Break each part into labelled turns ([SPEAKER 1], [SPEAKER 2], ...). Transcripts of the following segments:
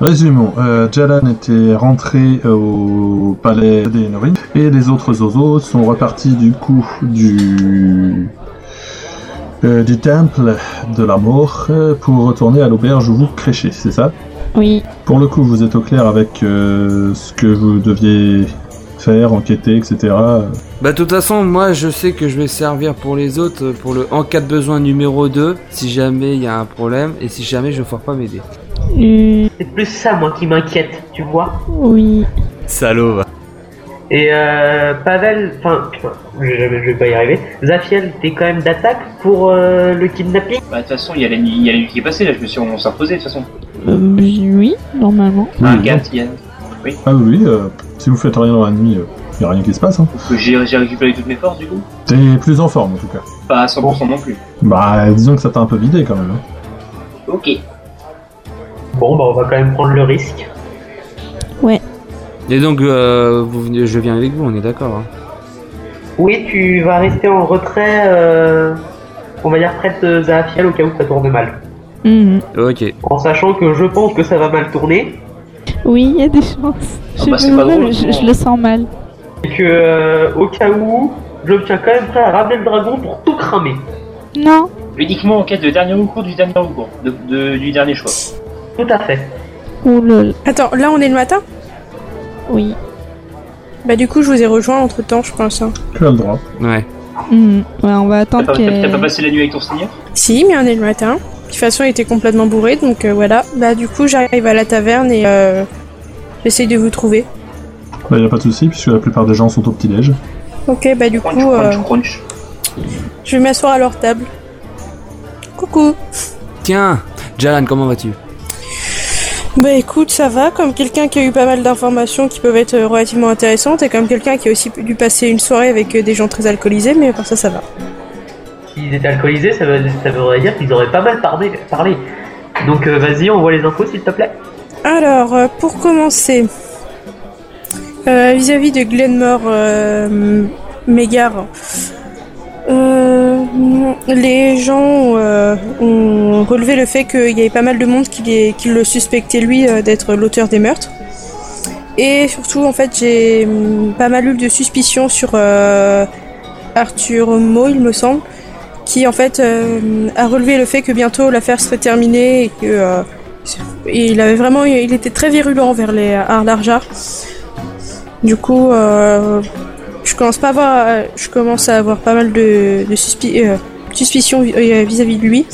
[SPEAKER 1] Résumons, euh, Jalan était rentré euh, au palais des Norin et les autres Zozos sont repartis du coup du, euh, du temple de la mort euh, pour retourner à l'auberge où vous créchez, c'est ça
[SPEAKER 2] Oui.
[SPEAKER 1] Pour le coup, vous êtes au clair avec euh, ce que vous deviez faire, enquêter, etc.
[SPEAKER 3] Bah, de toute façon, moi, je sais que je vais servir pour les autres, euh, pour le en cas de besoin numéro 2, si jamais il y a un problème, et si jamais je ne foire pas m'aider.
[SPEAKER 2] Euh,
[SPEAKER 4] C'est plus ça, moi, qui m'inquiète, tu vois.
[SPEAKER 2] oui.
[SPEAKER 5] Salaud. va.
[SPEAKER 4] Et euh, Pavel, enfin, putain, je, je- je vais pas y arriver. Zafiel, t'es quand même d'attaque pour euh, le kidnapping
[SPEAKER 6] Bah, de toute façon, il y a la nuit il y a la nuit qui est passée, là, je me suis, on s'est reposé, de toute façon.
[SPEAKER 2] Euh, oui, normalement.
[SPEAKER 6] Un
[SPEAKER 1] Oui,
[SPEAKER 6] gâte, il y a-
[SPEAKER 1] Ah oui, euh, si vous faites rien dans la nuit, il n'y a rien qui se passe. Hein.
[SPEAKER 6] que euh, J'ai j'ai récupéré toutes mes forces, du coup.
[SPEAKER 1] T'es plus en forme en tout cas.
[SPEAKER 6] Pas à 100% non plus.
[SPEAKER 1] Bah, disons que ça t'a un peu vidé quand même. hein.
[SPEAKER 6] Ok.
[SPEAKER 4] Bon, bah, on va quand même prendre le risque.
[SPEAKER 3] Et donc, euh, vous venez- je viens avec vous, on est d'accord. hein.
[SPEAKER 4] Oui, tu vas rester en retrait, euh, on va dire près de Zafiel au cas où ça tourne mal.
[SPEAKER 2] Mhm.
[SPEAKER 3] Ok.
[SPEAKER 4] En sachant que je pense que ça va mal tourner
[SPEAKER 2] Oui, il y a des chances.
[SPEAKER 6] Ah
[SPEAKER 2] Je-
[SPEAKER 6] bah, c'est pas
[SPEAKER 2] même,
[SPEAKER 6] drôle,
[SPEAKER 2] je,
[SPEAKER 6] non.
[SPEAKER 2] je le sens mal.
[SPEAKER 4] et que, euh, au cas où, je me tiens quand même prêt à ramener le dragon pour tout cramer.
[SPEAKER 2] Non.
[SPEAKER 6] Uniquement en quête de dernier recours du dernier recours, de, de- du dernier choix.
[SPEAKER 4] Tout à fait.
[SPEAKER 2] Oh lol.
[SPEAKER 7] Attends, là on est le matin
[SPEAKER 2] Oui.
[SPEAKER 7] Bah du coup je vous ai rejoint entre temps je pense. hein.
[SPEAKER 1] Tu as le droit.
[SPEAKER 3] Ouais.
[SPEAKER 2] Mhm. Ouais, on va
[SPEAKER 6] T'as
[SPEAKER 2] attendre
[SPEAKER 6] pas, t'as pas
[SPEAKER 2] qu'elle.
[SPEAKER 6] passé la nuit avec ton seigneur
[SPEAKER 7] Si mais on est le matin. De toute façon il était complètement bourré donc euh, voilà. Bah du coup j'arrive à la taverne et euh, j'essaye de vous trouver.
[SPEAKER 1] Bah, il n'y a pas de souci puisque la plupart des gens sont au petit-déj.
[SPEAKER 7] Ok bah du
[SPEAKER 6] Crunch,
[SPEAKER 7] coup euh,
[SPEAKER 6] crunch, crunch.
[SPEAKER 7] je vais m'asseoir à leur table. Coucou
[SPEAKER 3] Tiens, Jalan, comment vas-tu
[SPEAKER 7] Bah écoute, ça va, comme quelqu'un qui a eu pas mal d'informations qui peuvent être euh, relativement intéressantes, et comme quelqu'un qui a aussi dû passer une soirée avec euh, des gens très alcoolisés, mais pour ça, ça va.
[SPEAKER 4] S'ils étaient alcoolisés, ça, veut- ça voudrait dire qu'ils auraient pas mal parlé. parlé. Donc euh, vas-y, envoie les infos s'il te plaît.
[SPEAKER 7] Alors, euh, pour commencer, euh, vis-à-vis de Glenmore euh, Mégare, euh, les gens euh, ont relevé le fait qu'il y avait pas mal de monde qui, les- qui le suspectait lui euh, d'être l'auteur des meurtres. Et surtout, en fait, j'ai hum, pas mal eu de suspicions sur euh, Arthur Mo, il me semble, qui en fait euh, a relevé le fait que bientôt l'affaire serait terminée et que euh, et il avait vraiment, il était très virulent envers les Arlarjar. Du coup, euh, je commence pas à avoir, je commence à avoir pas mal de, de suspi- euh, suspicions vi- euh, vis-à-vis de lui.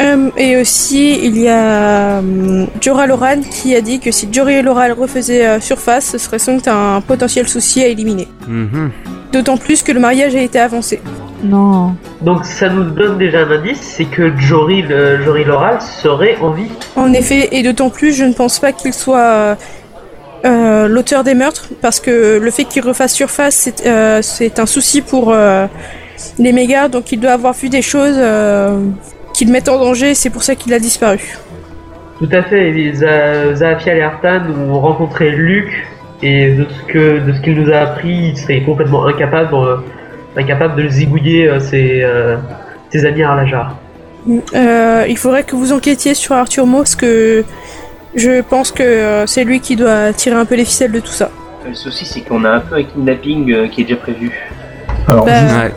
[SPEAKER 7] Euh, et aussi, il y a euh, Jorah Loran qui a dit que si Jorah Loran refaisait euh, surface, ce serait sans doute un potentiel souci à éliminer.
[SPEAKER 3] Mhm.
[SPEAKER 7] D'autant plus que le mariage a été avancé.
[SPEAKER 2] Non.
[SPEAKER 4] Donc ça nous donne déjà un indice, c'est que Jory, le, Jory Loral serait en vie.
[SPEAKER 7] En effet, et d'autant plus, je ne pense pas qu'il soit euh, euh, l'auteur des meurtres, parce que le fait qu'il refasse surface, c'est euh, c'est un souci pour euh, les mégas, donc il doit avoir vu des choses euh, qui le mettent en danger, c'est pour ça qu'il a disparu.
[SPEAKER 4] Tout à fait, et Za- Zahafiel et Artan ont rencontré Luc, et de ce que de ce qu'il nous a appris, il serait complètement incapable, euh, incapable de zigouiller euh, ses, euh, ses amis Arlajar.
[SPEAKER 7] Euh, il faudrait que vous enquêtiez sur Arthur Mo, parce que je pense que euh, c'est lui qui doit tirer un peu les ficelles de tout ça.
[SPEAKER 6] Le souci, c'est qu'on a un peu un kidnapping euh, qui est déjà prévu.
[SPEAKER 1] Alors,
[SPEAKER 7] Bah,
[SPEAKER 1] juste
[SPEAKER 3] Ouais.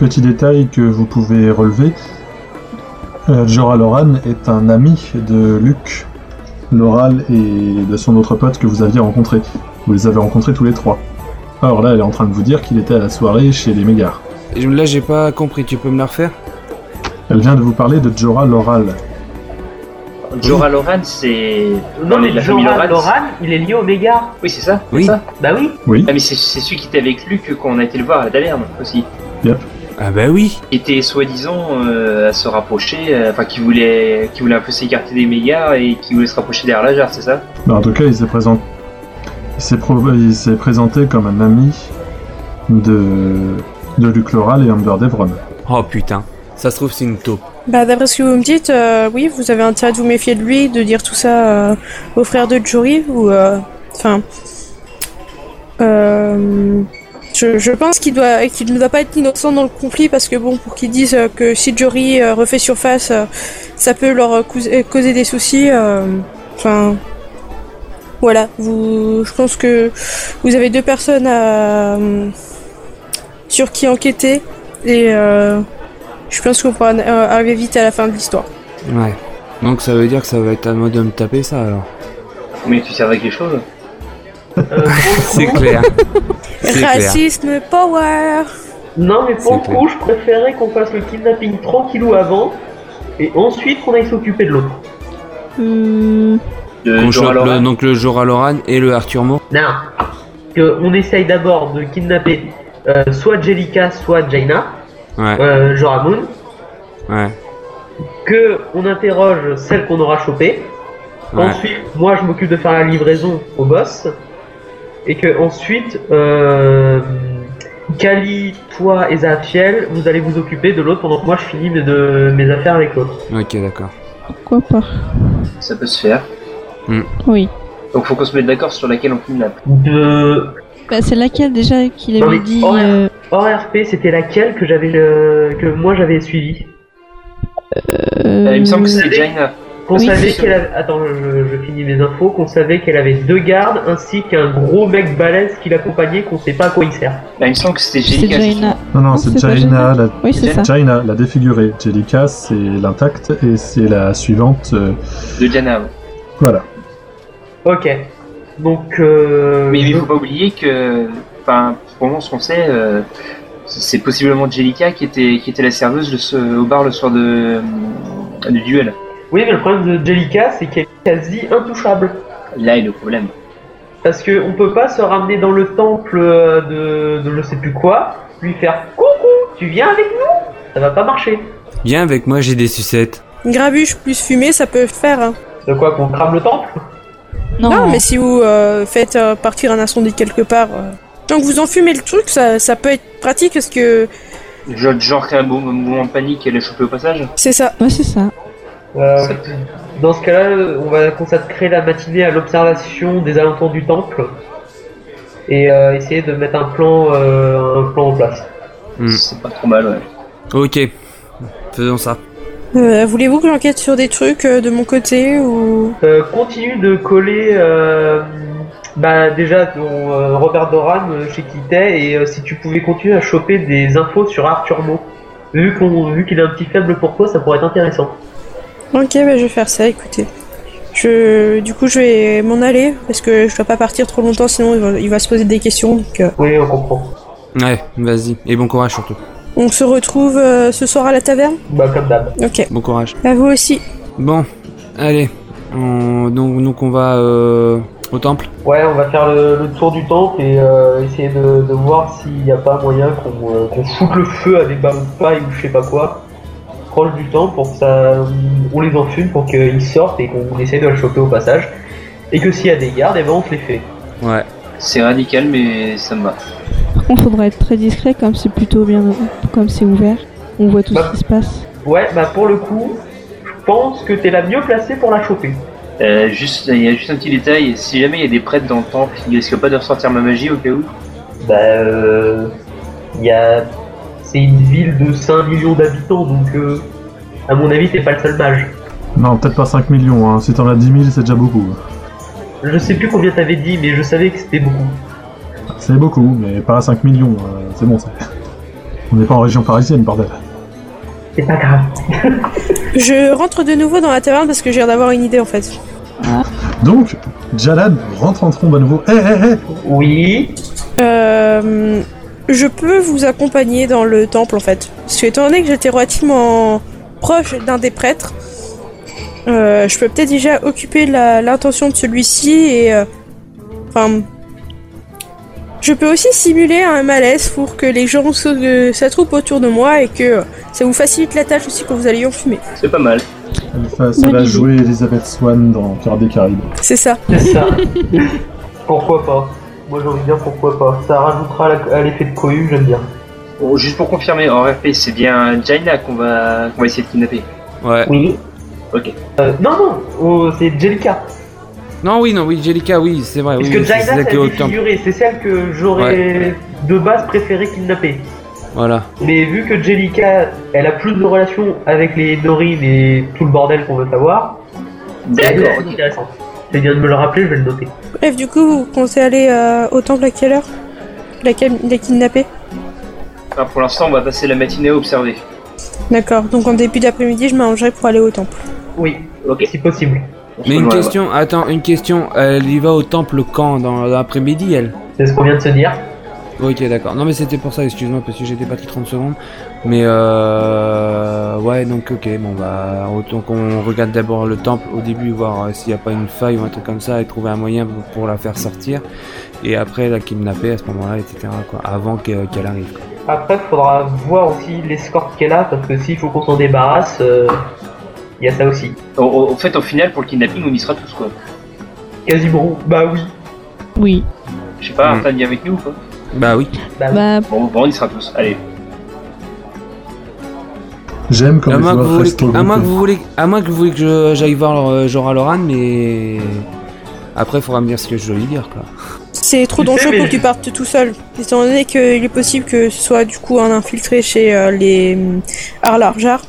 [SPEAKER 1] petit détail que vous pouvez relever euh, Jorah Loran est un ami de Luc Loral et de son autre pote que vous aviez rencontré. Vous les avez rencontrés tous les trois. Alors là, elle est en train de vous dire qu'il était à la soirée chez les Mégars.
[SPEAKER 3] Et Là, j'ai pas compris, tu peux me la refaire
[SPEAKER 1] Elle vient de vous parler de Jorah Loral.
[SPEAKER 6] Jorah Loran, c'est.
[SPEAKER 4] Non mais
[SPEAKER 6] de la famille
[SPEAKER 4] Joran
[SPEAKER 6] Loran.
[SPEAKER 4] Loral, il est lié au méga.
[SPEAKER 6] Oui, c'est ça. c'est
[SPEAKER 3] Oui.
[SPEAKER 6] ça.
[SPEAKER 4] Bah oui,
[SPEAKER 1] Oui,
[SPEAKER 6] Ah, mais c'est c'est celui qui était avec Luc quand on a été le voir à la taverne aussi.
[SPEAKER 3] Ah bah oui.
[SPEAKER 6] Qui était soi-disant euh, à se rapprocher, euh, enfin qui voulait, qui voulait un peu s'écarter des mégas et qui voulait se rapprocher derrière la jarre, c'est ça
[SPEAKER 1] Bah, en tout cas, il s'est présent- il s'est pro- il s'est présenté comme un ami de, de Luc Loral et Amber Devron.
[SPEAKER 3] Oh putain. Ça se trouve, c'est une taupe.
[SPEAKER 7] Bah, d'après ce que vous me dites, euh, oui, vous avez intérêt de vous méfier de lui, de dire tout ça euh, aux frères de Jory, ou. euh, Enfin. euh, je, je pense qu'il doit, qu'il ne doit pas être innocent dans le conflit, parce que bon, pour qu'ils disent euh, que si Jory euh, refait surface, euh, ça peut leur cous- euh, causer des soucis. euh, Enfin, voilà. Vous, je pense que vous avez deux personnes à, euh, sur qui enquêter et euh, je pense qu'on pourra euh, arriver vite à la fin de l'histoire.
[SPEAKER 3] Ouais. Donc ça veut dire que ça va être à moi de me taper ça alors.
[SPEAKER 6] Mais tu servais à quelque chose
[SPEAKER 4] Euh,
[SPEAKER 3] C'est clair. C'est clair.
[SPEAKER 7] Racisme power.
[SPEAKER 4] non, mais pour le
[SPEAKER 3] C'est
[SPEAKER 4] coup, je préférais qu'on fasse le kidnapping tranquillou avant et ensuite qu'on aille s'occuper de l'autre.
[SPEAKER 2] Hmm,
[SPEAKER 6] De
[SPEAKER 3] Qu'on
[SPEAKER 6] Jorah
[SPEAKER 3] chope le-
[SPEAKER 6] Loran
[SPEAKER 3] donc le Jorah Loran et le Arthur Moore.
[SPEAKER 4] Non, que on essaye d'abord de kidnapper euh, soit Jellica, soit Jaina,
[SPEAKER 3] Ouais,
[SPEAKER 4] euh, Jorah Moon,
[SPEAKER 3] ouais,
[SPEAKER 4] que on interroge celle qu'on aura chopée.
[SPEAKER 3] ouais.
[SPEAKER 4] Ensuite, moi, je m'occupe de faire la livraison au boss. Et que ensuite, euh, Kali, toi et Zafiel, vous allez vous occuper de l'autre pendant que moi je finis mes, de, mes affaires avec l'autre.
[SPEAKER 3] Ok, d'accord.
[SPEAKER 2] pourquoi pas
[SPEAKER 6] Ça peut se faire.
[SPEAKER 2] Oui.
[SPEAKER 6] Donc faut qu'on se mette d'accord sur laquelle on kidnappe.
[SPEAKER 4] De...
[SPEAKER 2] Bah, c'est laquelle déjà qu'il
[SPEAKER 6] Bah
[SPEAKER 4] Non,
[SPEAKER 2] avait
[SPEAKER 4] mais
[SPEAKER 2] dit
[SPEAKER 6] Oh,
[SPEAKER 4] horaire.
[SPEAKER 2] euh,
[SPEAKER 4] Hors RP, c'était laquelle que j'avais euh, que moi j'avais suivi.
[SPEAKER 6] Euh, il me semble que
[SPEAKER 2] euh,
[SPEAKER 6] c'était Jaina.
[SPEAKER 4] Qu'on
[SPEAKER 2] Oui.
[SPEAKER 4] savait qu'elle avait... Attends, je, je finis mes infos. Qu'on savait qu'elle avait deux gardes ainsi qu'un gros mec balèze qui l'accompagnait qu'on sait pas à quoi il sert.
[SPEAKER 6] Bah, il me semble que c'était
[SPEAKER 2] c'est
[SPEAKER 6] Jellica.
[SPEAKER 2] Jaina.
[SPEAKER 1] Non, non,
[SPEAKER 2] Non,
[SPEAKER 1] c'est
[SPEAKER 2] Ah, c'est pas
[SPEAKER 1] Jaina,
[SPEAKER 2] Jaina.
[SPEAKER 1] la...
[SPEAKER 2] Oui, c'est ça.
[SPEAKER 1] Jaina, la défigurée. Jellica, c'est l'intacte et c'est la suivante. euh,
[SPEAKER 6] De Jaina.
[SPEAKER 1] Voilà.
[SPEAKER 4] Ok. Donc... Euh...
[SPEAKER 6] Mais il faut pas oublier que, enfin, pour le moment, ce qu'on sait, euh, c'est possiblement Jellica qui était, qui était la serveuse le so- au bar le soir de, euh, du duel.
[SPEAKER 4] Oui, mais le problème de Jellica, c'est qu'elle est quasi intouchable.
[SPEAKER 6] Là est le problème.
[SPEAKER 4] Parce que on peut pas se ramener dans le temple euh, de, de je sais plus quoi, lui faire coucou, tu viens avec nous Ça va pas marcher.
[SPEAKER 3] Viens avec moi, j'ai des sucettes.
[SPEAKER 7] Grabuche plus fumée, ça peut faire. hein.
[SPEAKER 4] De quoi qu'on crame le temple
[SPEAKER 2] Non,
[SPEAKER 7] Non, mais si vous euh, faites euh, partir un incendie quelque part, euh, tant que vous enfumez le truc, ça, ça peut être pratique parce que
[SPEAKER 6] Genre, genre qu'un bon mouvement de panique, elle a chopé au passage.
[SPEAKER 7] c'est ça.
[SPEAKER 2] Ouais, c'est ça.
[SPEAKER 4] Euh, Dans ce cas-là, on va consacrer la matinée à l'observation des alentours du temple et euh, essayer de mettre un plan, euh, un plan en place.
[SPEAKER 3] Mm.
[SPEAKER 6] C'est pas trop mal, ouais.
[SPEAKER 3] Ok, faisons ça.
[SPEAKER 7] Euh, Voulez-vous que j'enquête sur des trucs euh, de mon côté ou
[SPEAKER 4] Euh, continue de coller euh, bah, déjà ton euh, Robert Doran euh, chez qui t'es et euh, si tu pouvais continuer à choper des infos sur Arthur Mo. Vu qu'on vu qu'il a un petit faible pour toi, ça pourrait être intéressant.
[SPEAKER 7] Ok, bah, je vais faire ça. Écoutez, je du coup je vais m'en aller parce que je dois pas partir trop longtemps, sinon il va, il va se poser des questions. Donc, euh,
[SPEAKER 4] Oui, on comprend.
[SPEAKER 3] Ouais, vas-y. Et bon courage surtout.
[SPEAKER 7] on se retrouve euh, ce soir à la taverne.
[SPEAKER 4] Bah comme d'hab.
[SPEAKER 7] Ok.
[SPEAKER 3] Bon courage.
[SPEAKER 7] À Bah, vous aussi.
[SPEAKER 3] Bon, allez. On- Donc, donc on va euh, au temple.
[SPEAKER 4] Ouais, on va faire le, le tour du temple et euh, essayer de, de voir s'il n'y a pas moyen qu'on euh, qu'on foute le feu à des paille ou je sais pas quoi proche du temple pour que ça on les enfume pour qu'ils sortent et qu'on essaye de les choper au passage et que s'il y a des gardes, eh ben on se les fait.
[SPEAKER 3] Ouais.
[SPEAKER 6] C'est radical, mais ça me va.
[SPEAKER 2] Par contre, faudra être très discret comme c'est plutôt bien, comme c'est ouvert. On voit tout
[SPEAKER 4] Bah.
[SPEAKER 2] ce qui se passe.
[SPEAKER 4] Ouais, bah pour le coup, je pense que t'es la mieux placée pour la choper.
[SPEAKER 6] Euh, juste, il y a juste un petit détail. Si jamais il y a des prêtres dans le temple, ils risquent pas de ressortir ma magie au cas où.
[SPEAKER 4] Bah, euh. Il y a. C'est une ville de 5 millions d'habitants, donc. Euh, à mon avis, t'es pas le seul mage.
[SPEAKER 1] Non, peut-être pas 5 millions. Hein. Si t'en as 10 000, c'est déjà beaucoup.
[SPEAKER 4] Je sais plus combien t'avais dit, mais je savais que c'était beaucoup.
[SPEAKER 1] C'est beaucoup, mais pas 5 millions. euh, c'est bon, ça. On n'est pas en région parisienne, bordel.
[SPEAKER 4] C'est pas grave.
[SPEAKER 7] Je rentre de nouveau dans la taverne parce que j'ai l'air d'avoir une idée en fait.
[SPEAKER 1] Donc, Jalad rentre en trombe à nouveau. Hé, hé, hé
[SPEAKER 4] Oui.
[SPEAKER 7] Euh, je peux vous accompagner dans le temple en fait. Parce que étant donné que j'étais relativement proche d'un des prêtres, euh, je peux peut-être déjà occuper la- l'intention de celui-ci et... euh, Enfin... je peux aussi simuler un malaise pour que les gens se- s'attroupent autour de moi et que ça vous facilite la tâche aussi quand vous allez enfumer.
[SPEAKER 6] C'est pas mal.
[SPEAKER 1] Elle fait- Ça
[SPEAKER 2] Bonne
[SPEAKER 1] va
[SPEAKER 2] idée.
[SPEAKER 1] jouer Elizabeth Swan dans Pirates des Caraïbes.
[SPEAKER 7] C'est ça.
[SPEAKER 4] C'est ça. pourquoi pas Moi j'ai envie de dire pourquoi pas. Ça rajoutera à la- à l'effet de cohue, j'aime bien.
[SPEAKER 6] Bon, juste pour confirmer, en RP, c'est bien Jaina qu'on va, qu'on va essayer de kidnapper.
[SPEAKER 3] Ouais.
[SPEAKER 4] Oui.
[SPEAKER 6] Ok.
[SPEAKER 4] Euh, non, non, oh, c'est Jellica.
[SPEAKER 3] Non, oui, non, oui, Jellica, oui, c'est vrai.
[SPEAKER 4] Parce
[SPEAKER 3] oui,
[SPEAKER 4] que
[SPEAKER 3] oui, c'est
[SPEAKER 4] Jaina,
[SPEAKER 3] ça
[SPEAKER 4] ça
[SPEAKER 3] qui est au temple.
[SPEAKER 4] C'est celle que j'aurais de base préféré kidnapper.
[SPEAKER 3] Voilà.
[SPEAKER 4] Mais vu que Jellica, elle a plus de relations avec les Norines et tout le bordel qu'on veut savoir, elle est
[SPEAKER 6] D'accord, ok.
[SPEAKER 4] intéressante. Tu viens de me le rappeler, je vais le noter.
[SPEAKER 7] Bref, du coup, vous comptez aller euh, au temple à quelle heure la, cam- la kidnapper
[SPEAKER 6] Enfin, pour l'instant, on va passer la matinée à observer.
[SPEAKER 7] D'accord, donc en début d'après-midi, je m'arrangerai pour aller au temple.
[SPEAKER 4] Oui,
[SPEAKER 6] Ok.
[SPEAKER 4] si possible.
[SPEAKER 6] on se
[SPEAKER 3] Mais une
[SPEAKER 6] rejoint
[SPEAKER 3] question, attends, une question. Elle y va au temple quand Dans l'après-midi, elle
[SPEAKER 4] C'est ce qu'on vient de se dire.
[SPEAKER 3] Ok, d'accord. Non, mais c'était pour ça, excuse-moi, parce que j'étais parti 30 secondes. Mais euh. Ouais, donc, ok, bon, bah. Autant qu'on regarde d'abord le temple au début, voir euh, s'il n'y a pas une faille ou un truc comme ça, et trouver un moyen pour, pour la faire sortir. Et après, la kidnapper à ce moment-là, etc., quoi. Avant qu'elle qu'elle arrive, quoi.
[SPEAKER 4] Après, faudra voir aussi l'escorte qu'elle a, parce que s'il faut qu'on s'en débarrasse, il y a ça aussi.
[SPEAKER 6] là-bas. Au- au- En fait, au final, pour le kidnapping, on y sera tous, quoi.
[SPEAKER 4] Quasibro, bah oui.
[SPEAKER 2] Oui.
[SPEAKER 6] Je sais pas,
[SPEAKER 3] Mm.
[SPEAKER 6] Artan vient avec nous ou pas
[SPEAKER 3] Bah oui.
[SPEAKER 6] Ah.
[SPEAKER 4] Bah, oui.
[SPEAKER 2] Bah,
[SPEAKER 6] Bon, bon, on y sera tous. Allez.
[SPEAKER 1] J'aime quand
[SPEAKER 3] À
[SPEAKER 1] les
[SPEAKER 3] moins, que vous
[SPEAKER 1] joueurs
[SPEAKER 3] voulez,
[SPEAKER 1] restent au
[SPEAKER 3] à moins que
[SPEAKER 1] groupe.
[SPEAKER 3] vous voulez, à moins que vous voulez que je- j'aille voir euh, Jorah Loran, mais. Après, il faudra me dire ce que je dois lui dire, quoi.
[SPEAKER 7] C'est trop
[SPEAKER 4] Tu sais,
[SPEAKER 7] dangereux
[SPEAKER 4] mais-
[SPEAKER 7] pour que tu partes tout seul, étant donné qu'il est possible que ce soit du coup un infiltré chez euh, les hum, Arlarjar.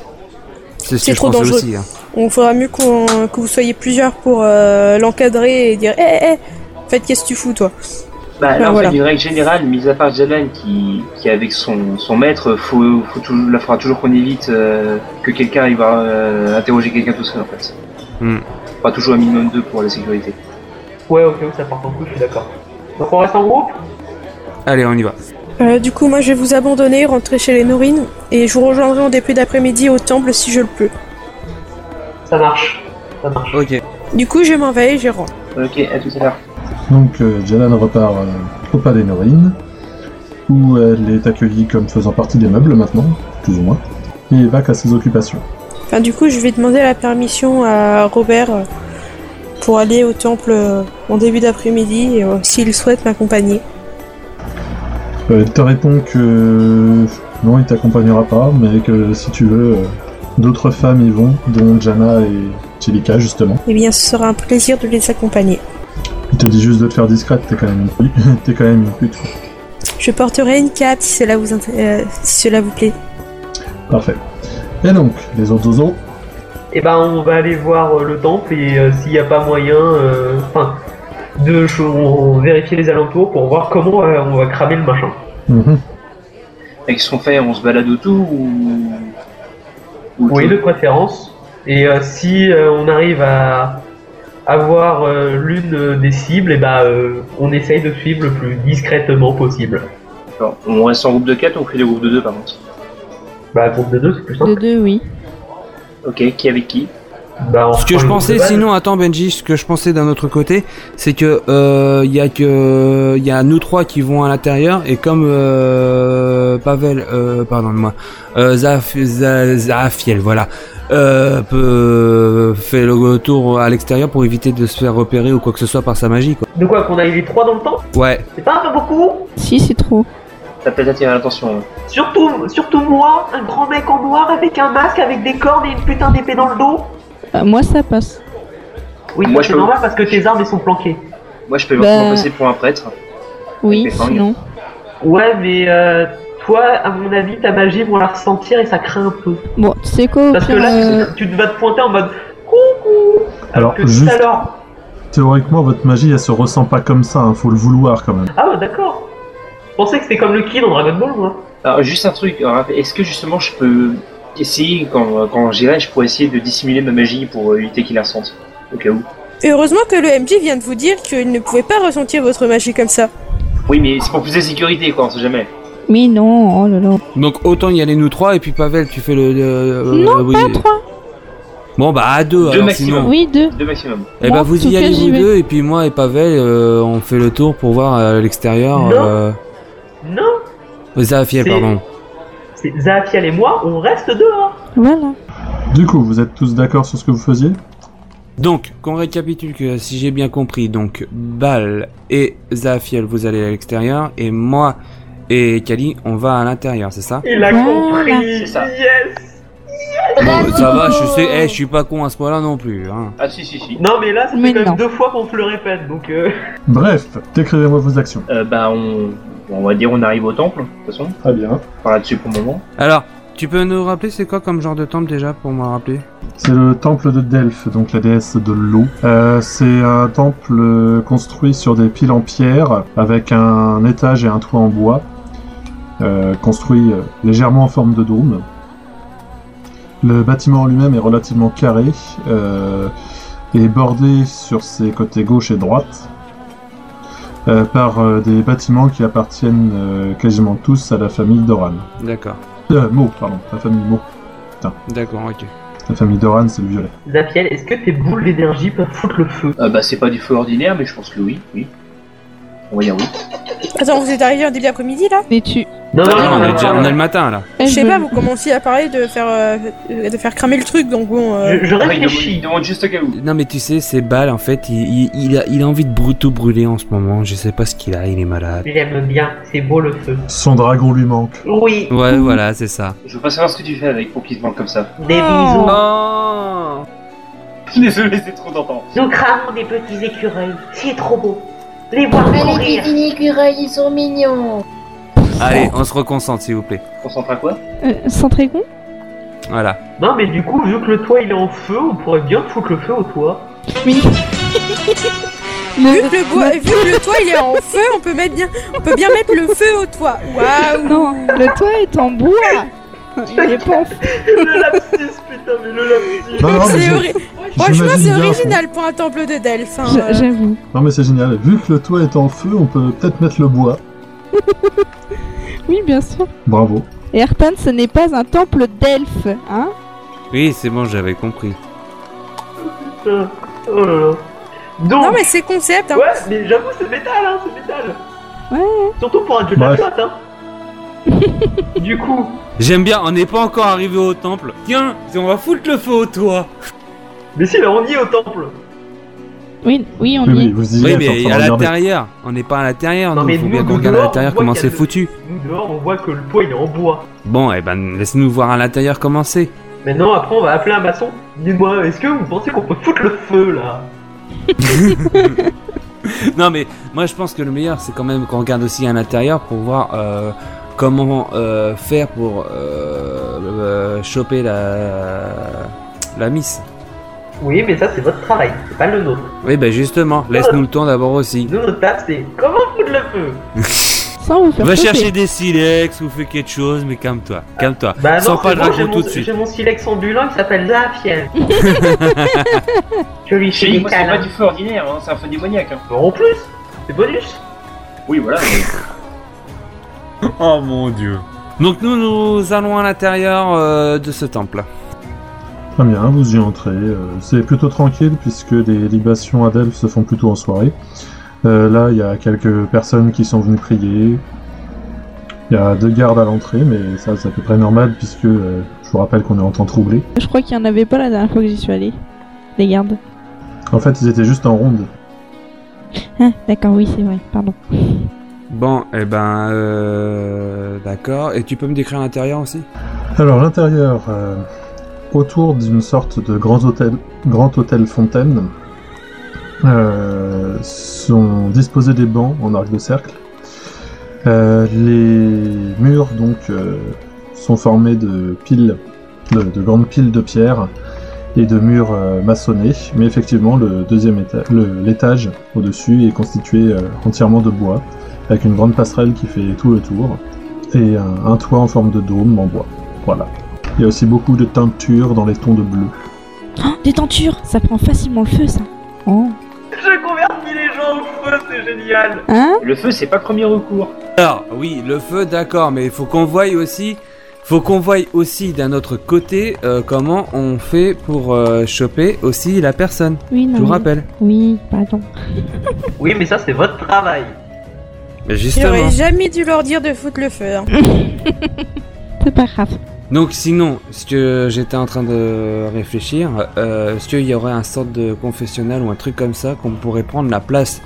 [SPEAKER 3] C'est ce
[SPEAKER 7] C'est
[SPEAKER 3] que je
[SPEAKER 7] trop
[SPEAKER 3] pensais
[SPEAKER 7] dangereux.
[SPEAKER 3] aussi, hein.
[SPEAKER 7] On faudra mieux qu'on que vous soyez plusieurs pour euh, l'encadrer et dire Hé, hé, hé, en fait, qu'est-ce que tu fous, toi
[SPEAKER 6] Bah,
[SPEAKER 7] Bah,
[SPEAKER 6] là, en
[SPEAKER 7] voilà.
[SPEAKER 6] fait, une règle générale, mis à part Jalan qui, qui est avec son, son maître, faut, faut toujours, là, faudra toujours qu'on évite euh, que quelqu'un aille voir, euh, interroger quelqu'un tout seul, en fait.
[SPEAKER 3] Mm.
[SPEAKER 6] Pas toujours un minimum 2 pour la sécurité.
[SPEAKER 4] Ouais, ok, ça part en coup, je suis d'accord. Donc on reste en groupe
[SPEAKER 3] Allez, on y va.
[SPEAKER 7] Euh, Du coup, moi, je vais vous abandonner, rentrer chez les Norines, et je vous rejoindrai en début d'après-midi au temple si je le peux.
[SPEAKER 4] Ça marche. Ça marche.
[SPEAKER 3] Ok.
[SPEAKER 7] Du coup, je m'en vais et je rentre.
[SPEAKER 6] Ok, à tout à l'heure.
[SPEAKER 1] Donc euh, Jalan repart euh, au palais Norine, où elle est accueillie comme faisant partie des meubles maintenant, plus ou moins, et vaque à ses occupations.
[SPEAKER 7] Enfin, du coup, je vais demander la permission à Robert euh, pour aller au temple euh, en début d'après-midi, et, euh, s'il souhaite m'accompagner.
[SPEAKER 1] Euh, il te répond que euh, non, il t'accompagnera pas, mais que si tu veux, euh, d'autres femmes y vont, dont Jana et Chilika justement.
[SPEAKER 7] Eh bien, ce sera un plaisir de les accompagner.
[SPEAKER 1] Il te dit juste de te faire discrète, t'es quand même une pute. t'es quand même une pute.
[SPEAKER 7] Je porterai une cape si cela vous, inté- euh, si cela vous plaît.
[SPEAKER 1] Parfait. Et donc, les autres zozos,
[SPEAKER 4] Et ben on va aller voir euh, le temple et euh, s'il n'y a pas moyen, euh, enfin, de ch- on, on vérifie les alentours pour voir comment euh, on va cramer le machin.
[SPEAKER 1] mhm,
[SPEAKER 6] Avec ce qu'on fait, on se balade autour ou. ou
[SPEAKER 4] Oui,
[SPEAKER 6] autour
[SPEAKER 4] de préférence. Et euh, si euh, on arrive à avoir euh, l'une des cibles, et ben euh, on essaye de suivre le plus discrètement possible.
[SPEAKER 6] Bon, on reste en groupe de 4 ou on fait des groupes de 2 par contre
[SPEAKER 4] Bah groupe de deux c'est plus
[SPEAKER 2] de
[SPEAKER 4] simple.
[SPEAKER 2] deux, oui.
[SPEAKER 6] Ok, qui avec qui
[SPEAKER 4] Bah, on
[SPEAKER 3] Ce que je
[SPEAKER 4] reprend le groupe de
[SPEAKER 3] pensais,
[SPEAKER 4] base.
[SPEAKER 3] sinon, attends Benji, ce que je pensais d'un autre côté, c'est que euh, il y a que il y a nous trois qui vont à l'intérieur et comme euh, Pavel, euh, pardonne-moi, euh, Zaf, Za- Zafiel, voilà, euh, peut fait le tour à l'extérieur pour éviter de se faire repérer ou quoi que ce soit par sa magie, quoi.
[SPEAKER 4] De quoi qu'on aille les trois dans le temple
[SPEAKER 3] Ouais,
[SPEAKER 4] C'est pas un peu beaucoup
[SPEAKER 2] Si, c'est trop.
[SPEAKER 6] Ça peut attirer l'attention. hein.
[SPEAKER 4] Surtout, surtout moi, un grand mec en noir avec un masque, avec des cornes et une putain d'épée dans le dos.
[SPEAKER 2] Bah, moi, ça passe.
[SPEAKER 4] Oui, ça,
[SPEAKER 6] Moi, je
[SPEAKER 4] c'est
[SPEAKER 6] peux-
[SPEAKER 4] normal parce que tes armes elles sont planquées.
[SPEAKER 6] Moi je peux
[SPEAKER 2] Bah.
[SPEAKER 6] éventuellement passer pour un prêtre.
[SPEAKER 2] Oui,
[SPEAKER 6] Mais tant mieux.
[SPEAKER 2] sinon.
[SPEAKER 4] Ouais, mais euh, toi, à mon avis, ta magie, on la ressentir et ça craint un peu.
[SPEAKER 2] Bon, tu sais quoi, au
[SPEAKER 4] Parce que
[SPEAKER 2] pire,
[SPEAKER 4] là,
[SPEAKER 2] euh,
[SPEAKER 4] tu tu vas te pointer en mode coucou.
[SPEAKER 1] Alors,
[SPEAKER 4] que
[SPEAKER 1] juste-
[SPEAKER 4] tout à l'heure.
[SPEAKER 1] théoriquement, votre magie, elle se ressent pas comme ça, hein, faut le vouloir quand même.
[SPEAKER 4] Ah, ouais, d'accord. Je pensais que c'était comme le ki dans Dragon Ball, moi.
[SPEAKER 6] Alors juste un truc, alors, est-ce que justement je peux essayer, quand, quand j'irai, je pourrais essayer de dissimuler ma magie pour euh, éviter qu'il la ressente Au cas où.
[SPEAKER 7] Heureusement que le MJ vient de vous dire qu'il ne pouvait pas ressentir votre magie comme ça.
[SPEAKER 6] Oui mais c'est pour plus de sécurité quoi, on sait jamais.
[SPEAKER 2] Mais non, oh là là.
[SPEAKER 3] donc autant y aller nous trois et puis Pavel, tu fais le. le-
[SPEAKER 2] Non,
[SPEAKER 3] euh, oui.
[SPEAKER 2] Pas trois.
[SPEAKER 3] Bon bah à deux,
[SPEAKER 6] Deux
[SPEAKER 3] alors,
[SPEAKER 6] maximum.
[SPEAKER 4] Ah.
[SPEAKER 3] sinon.
[SPEAKER 2] Oui, deux.
[SPEAKER 6] Deux maximum.
[SPEAKER 3] Eh
[SPEAKER 2] Moi,
[SPEAKER 3] ben
[SPEAKER 2] en
[SPEAKER 3] vous
[SPEAKER 2] tout
[SPEAKER 3] y
[SPEAKER 2] cas,
[SPEAKER 3] allez
[SPEAKER 2] j'y
[SPEAKER 3] vous
[SPEAKER 2] vais.
[SPEAKER 3] deux et puis moi et Pavel euh, on fait le tour pour voir euh, l'extérieur.
[SPEAKER 4] Non.
[SPEAKER 3] Euh,
[SPEAKER 4] Non,
[SPEAKER 3] Zafiel
[SPEAKER 4] C'est-
[SPEAKER 3] pardon.
[SPEAKER 4] c'est Zafiel et moi, on reste dehors.
[SPEAKER 2] Voilà.
[SPEAKER 1] Du coup, vous êtes tous d'accord sur ce que vous faisiez
[SPEAKER 3] Donc qu'on récapitule que si j'ai bien compris donc Bal et Zafiel vous allez à l'extérieur et moi et Kali on va à l'intérieur c'est ça
[SPEAKER 4] Il a
[SPEAKER 2] Voilà.
[SPEAKER 4] compris.
[SPEAKER 6] C'est ça.
[SPEAKER 4] Yes.
[SPEAKER 3] Bon ça va je sais eh je suis pas con à ce point là non plus hein.
[SPEAKER 6] Ah si si si.
[SPEAKER 4] Non, mais là, ça fait
[SPEAKER 2] Mais
[SPEAKER 4] quand même
[SPEAKER 2] non.
[SPEAKER 4] deux fois qu'on te le répète, donc. euh,
[SPEAKER 1] Bref, décrivez-moi vos actions.
[SPEAKER 6] Euh, bah on... on va dire on arrive au temple, de toute façon,
[SPEAKER 1] Très bien.
[SPEAKER 6] par là-dessus pour le moment.
[SPEAKER 3] Alors tu peux nous rappeler c'est quoi comme genre de temple déjà pour me rappeler
[SPEAKER 1] C'est le temple de Delphes, donc la déesse de l'eau. Euh, c'est un temple euh, construit sur des piles en pierre, avec un étage et un toit en bois, euh, construit euh, légèrement en forme de dôme. Le bâtiment en lui-même est relativement carré euh, et bordé sur ses côtés gauche et droite euh, par euh, des bâtiments qui appartiennent euh, quasiment tous à la famille Doran.
[SPEAKER 3] D'accord,
[SPEAKER 1] Euh, Mo, pardon, la famille Mo.
[SPEAKER 3] d'accord, ok.
[SPEAKER 1] La famille Doran, c'est le violet.
[SPEAKER 4] Zafiel, est-ce que tes boules d'énergie peuvent foutre le feu
[SPEAKER 6] Euh, bah, c'est pas du feu ordinaire, mais je pense que oui, oui. On va dire oui.
[SPEAKER 7] Attends, vous êtes arrivé en début d'après-midi là
[SPEAKER 2] Mais tu.
[SPEAKER 4] Non,
[SPEAKER 3] Ah, non, on, est
[SPEAKER 4] non,
[SPEAKER 3] déjà-
[SPEAKER 4] non,
[SPEAKER 3] on
[SPEAKER 4] non.
[SPEAKER 3] est le matin là.
[SPEAKER 2] Eh,
[SPEAKER 7] Je sais
[SPEAKER 2] veux-
[SPEAKER 7] pas, vous commenciez à parler de faire, euh, de faire cramer le truc, donc bon. euh,
[SPEAKER 4] Je, je
[SPEAKER 6] Ah, il, demande, il
[SPEAKER 4] réfléchis.
[SPEAKER 6] demande juste au cas où.
[SPEAKER 3] Non mais tu sais, ces balles en fait, il, il- il a, il a envie de brou- tout brûler en ce moment. Je sais pas ce qu'il a, il est malade.
[SPEAKER 4] J'aime bien, c'est beau le feu.
[SPEAKER 1] Son dragon lui manque.
[SPEAKER 4] Oui,
[SPEAKER 3] Ouais, voilà, c'est ça.
[SPEAKER 6] Je veux pas savoir ce que tu fais avec pour qu'il te manque comme ça.
[SPEAKER 4] des
[SPEAKER 7] Oh.
[SPEAKER 4] bisous.
[SPEAKER 3] Oh
[SPEAKER 6] Désolé, c'est trop d'entendre.
[SPEAKER 5] Nous cramons des petits écureuils, c'est trop beau. Les voir
[SPEAKER 8] Mais les
[SPEAKER 5] courir.
[SPEAKER 8] petits écureuils, ils sont mignons.
[SPEAKER 3] Allez, on se reconcentre s'il vous plaît.
[SPEAKER 6] Concentre à quoi
[SPEAKER 2] Euh, Centrégon
[SPEAKER 3] Voilà.
[SPEAKER 4] Non, mais du coup, vu que le toit il est en feu, on pourrait bien foutre le feu au toit.
[SPEAKER 7] Vu que, le bois- vu que le toit il est en feu, on peut, mettre bien, on peut bien mettre le feu au toit. Waouh
[SPEAKER 2] Non, le toit est en bois Il est pas en feu.
[SPEAKER 4] le lapsus, putain, mais le lapsus.
[SPEAKER 1] Non, non, mais
[SPEAKER 7] C'est
[SPEAKER 1] je-
[SPEAKER 7] ori- Franchement,
[SPEAKER 1] j'imagine
[SPEAKER 7] c'est
[SPEAKER 1] bien,
[SPEAKER 7] original pour un temple de Delphes. hein,
[SPEAKER 2] J'a-
[SPEAKER 7] euh.
[SPEAKER 2] J'avoue.
[SPEAKER 1] ça. Non mais c'est génial. Vu que le toit est en feu, on peut peut-être mettre le bois.
[SPEAKER 2] Oui, bien sûr.
[SPEAKER 1] Bravo.
[SPEAKER 2] Et Ertan, ce n'est pas un temple d'elfes, hein
[SPEAKER 3] Oui, c'est bon, j'avais compris.
[SPEAKER 4] Putain. Oh là là. Donc,
[SPEAKER 7] Non, mais c'est concept. hein.
[SPEAKER 4] ouais, mais j'avoue, c'est métal, hein, c'est métal.
[SPEAKER 2] Ouais.
[SPEAKER 4] Surtout pour un dieu de la
[SPEAKER 1] Bref.
[SPEAKER 4] flotte, hein. du coup,
[SPEAKER 3] J'aime bien, on n'est pas encore arrivé au temple. Tiens, si on va foutre le feu au toit.
[SPEAKER 4] mais si, là, on y est au temple.
[SPEAKER 2] Oui, oui, on
[SPEAKER 1] Oui,
[SPEAKER 2] y
[SPEAKER 1] oui,
[SPEAKER 2] est.
[SPEAKER 1] vous y
[SPEAKER 3] Oui,
[SPEAKER 1] êtes en
[SPEAKER 3] mais
[SPEAKER 1] train
[SPEAKER 3] à
[SPEAKER 1] de regarder.
[SPEAKER 3] l'intérieur. On n'est pas à l'intérieur,
[SPEAKER 4] Non,
[SPEAKER 3] nous.
[SPEAKER 4] mais
[SPEAKER 3] Faut
[SPEAKER 4] nous,
[SPEAKER 3] bien qu'on
[SPEAKER 4] nous,
[SPEAKER 3] regarde à
[SPEAKER 4] dehors,
[SPEAKER 3] l'intérieur
[SPEAKER 4] on voit
[SPEAKER 3] comment
[SPEAKER 4] qu'il y
[SPEAKER 3] c'est
[SPEAKER 4] a de-
[SPEAKER 3] foutu.
[SPEAKER 4] Nous, dehors, on voit que le toit il est en bois.
[SPEAKER 3] Bon, eh ben, laisse-nous voir à l'intérieur comment c'est.
[SPEAKER 4] Maintenant, après, on va appeler un maçon. Dis-moi, est-ce que vous pensez qu'on peut foutre le feu là
[SPEAKER 3] Non mais moi je pense que le meilleur c'est quand même qu'on regarde aussi à l'intérieur pour voir euh, comment euh, faire pour euh, euh, choper la la miss.
[SPEAKER 4] Oui, mais ça, c'est votre travail, c'est pas le nôtre.
[SPEAKER 3] Oui ben justement, laisse-nous le temps d'abord aussi.
[SPEAKER 4] Nous, notre taf, c'est comment foutre le feu
[SPEAKER 2] Sans vous faire
[SPEAKER 3] Va
[SPEAKER 2] chauffer.
[SPEAKER 3] chercher des silex ou fais quelque chose mais calme-toi, calme-toi.
[SPEAKER 4] Bah non,
[SPEAKER 3] Sans pas
[SPEAKER 4] c'est
[SPEAKER 3] le
[SPEAKER 4] bon,
[SPEAKER 3] raconter
[SPEAKER 4] j'ai mon-
[SPEAKER 3] tout de suite.
[SPEAKER 4] J'ai mon silex ambulant qui s'appelle Zafiel. Je lui fais
[SPEAKER 6] Chez
[SPEAKER 4] des
[SPEAKER 6] moi, c'est pas
[SPEAKER 4] câlins.
[SPEAKER 6] du feu ordinaire, hein, c'est un feu démoniaque. Hein.
[SPEAKER 4] En plus, c'est bonus.
[SPEAKER 6] Oui, voilà. mais-
[SPEAKER 3] Oh mon dieu. Donc nous nous allons à l'intérieur euh, de ce temple.
[SPEAKER 1] Très bien, vous y entrez. Euh, C'est plutôt tranquille puisque les libations à Delphes se font plutôt en soirée. Euh, là, il y a quelques personnes qui sont venues prier. Il y a deux gardes à l'entrée, mais ça, c'est à peu près normal puisque euh, je vous rappelle qu'on est en temps troublé.
[SPEAKER 2] Je crois qu'il n'y en avait pas la dernière fois que j'y suis allée. Les gardes.
[SPEAKER 1] En fait, ils étaient juste en ronde.
[SPEAKER 2] Ah, d'accord, oui, c'est vrai, pardon.
[SPEAKER 3] Bon, eh ben euh, d'accord. Et tu peux me décrire l'intérieur aussi
[SPEAKER 1] Alors, l'intérieur, euh, autour d'une sorte de grand hôtel, grand hôtel fontaine, euh, sont disposés des bancs en arc de cercle. Euh, les murs, donc, euh, sont formés de piles, de, de grandes piles de pierres et de murs euh, maçonnés, mais effectivement, le deuxième étage, l'étage au-dessus est constitué euh, entièrement de bois, avec une grande passerelle qui fait tout le tour, et un- un toit en forme de dôme en bois. Voilà. Il y a aussi beaucoup de teintures dans les tons de bleu.
[SPEAKER 2] Oh, des tentures Ça prend facilement le feu, ça. Oh.
[SPEAKER 4] Je convertis les gens au feu, c'est génial.
[SPEAKER 2] Hein
[SPEAKER 6] Le feu, c'est pas le premier recours.
[SPEAKER 3] Alors, oui, le feu, d'accord, mais il faut qu'on voie aussi, faut qu'on voie aussi d'un autre côté euh, comment on fait pour euh, choper aussi la personne.
[SPEAKER 2] Oui, non.
[SPEAKER 3] Je vous
[SPEAKER 2] mais-
[SPEAKER 3] rappelle.
[SPEAKER 2] Oui, pardon.
[SPEAKER 4] Oui, mais ça, c'est votre travail.
[SPEAKER 3] Mais
[SPEAKER 7] Il
[SPEAKER 3] justement.
[SPEAKER 7] aurait jamais dû leur dire de foutre le feu. hein.
[SPEAKER 2] C'est pas grave.
[SPEAKER 3] Donc sinon, ce que j'étais en train de réfléchir, euh, est-ce qu'il y aurait un sorte de confessionnal ou un truc comme ça qu'on pourrait prendre la place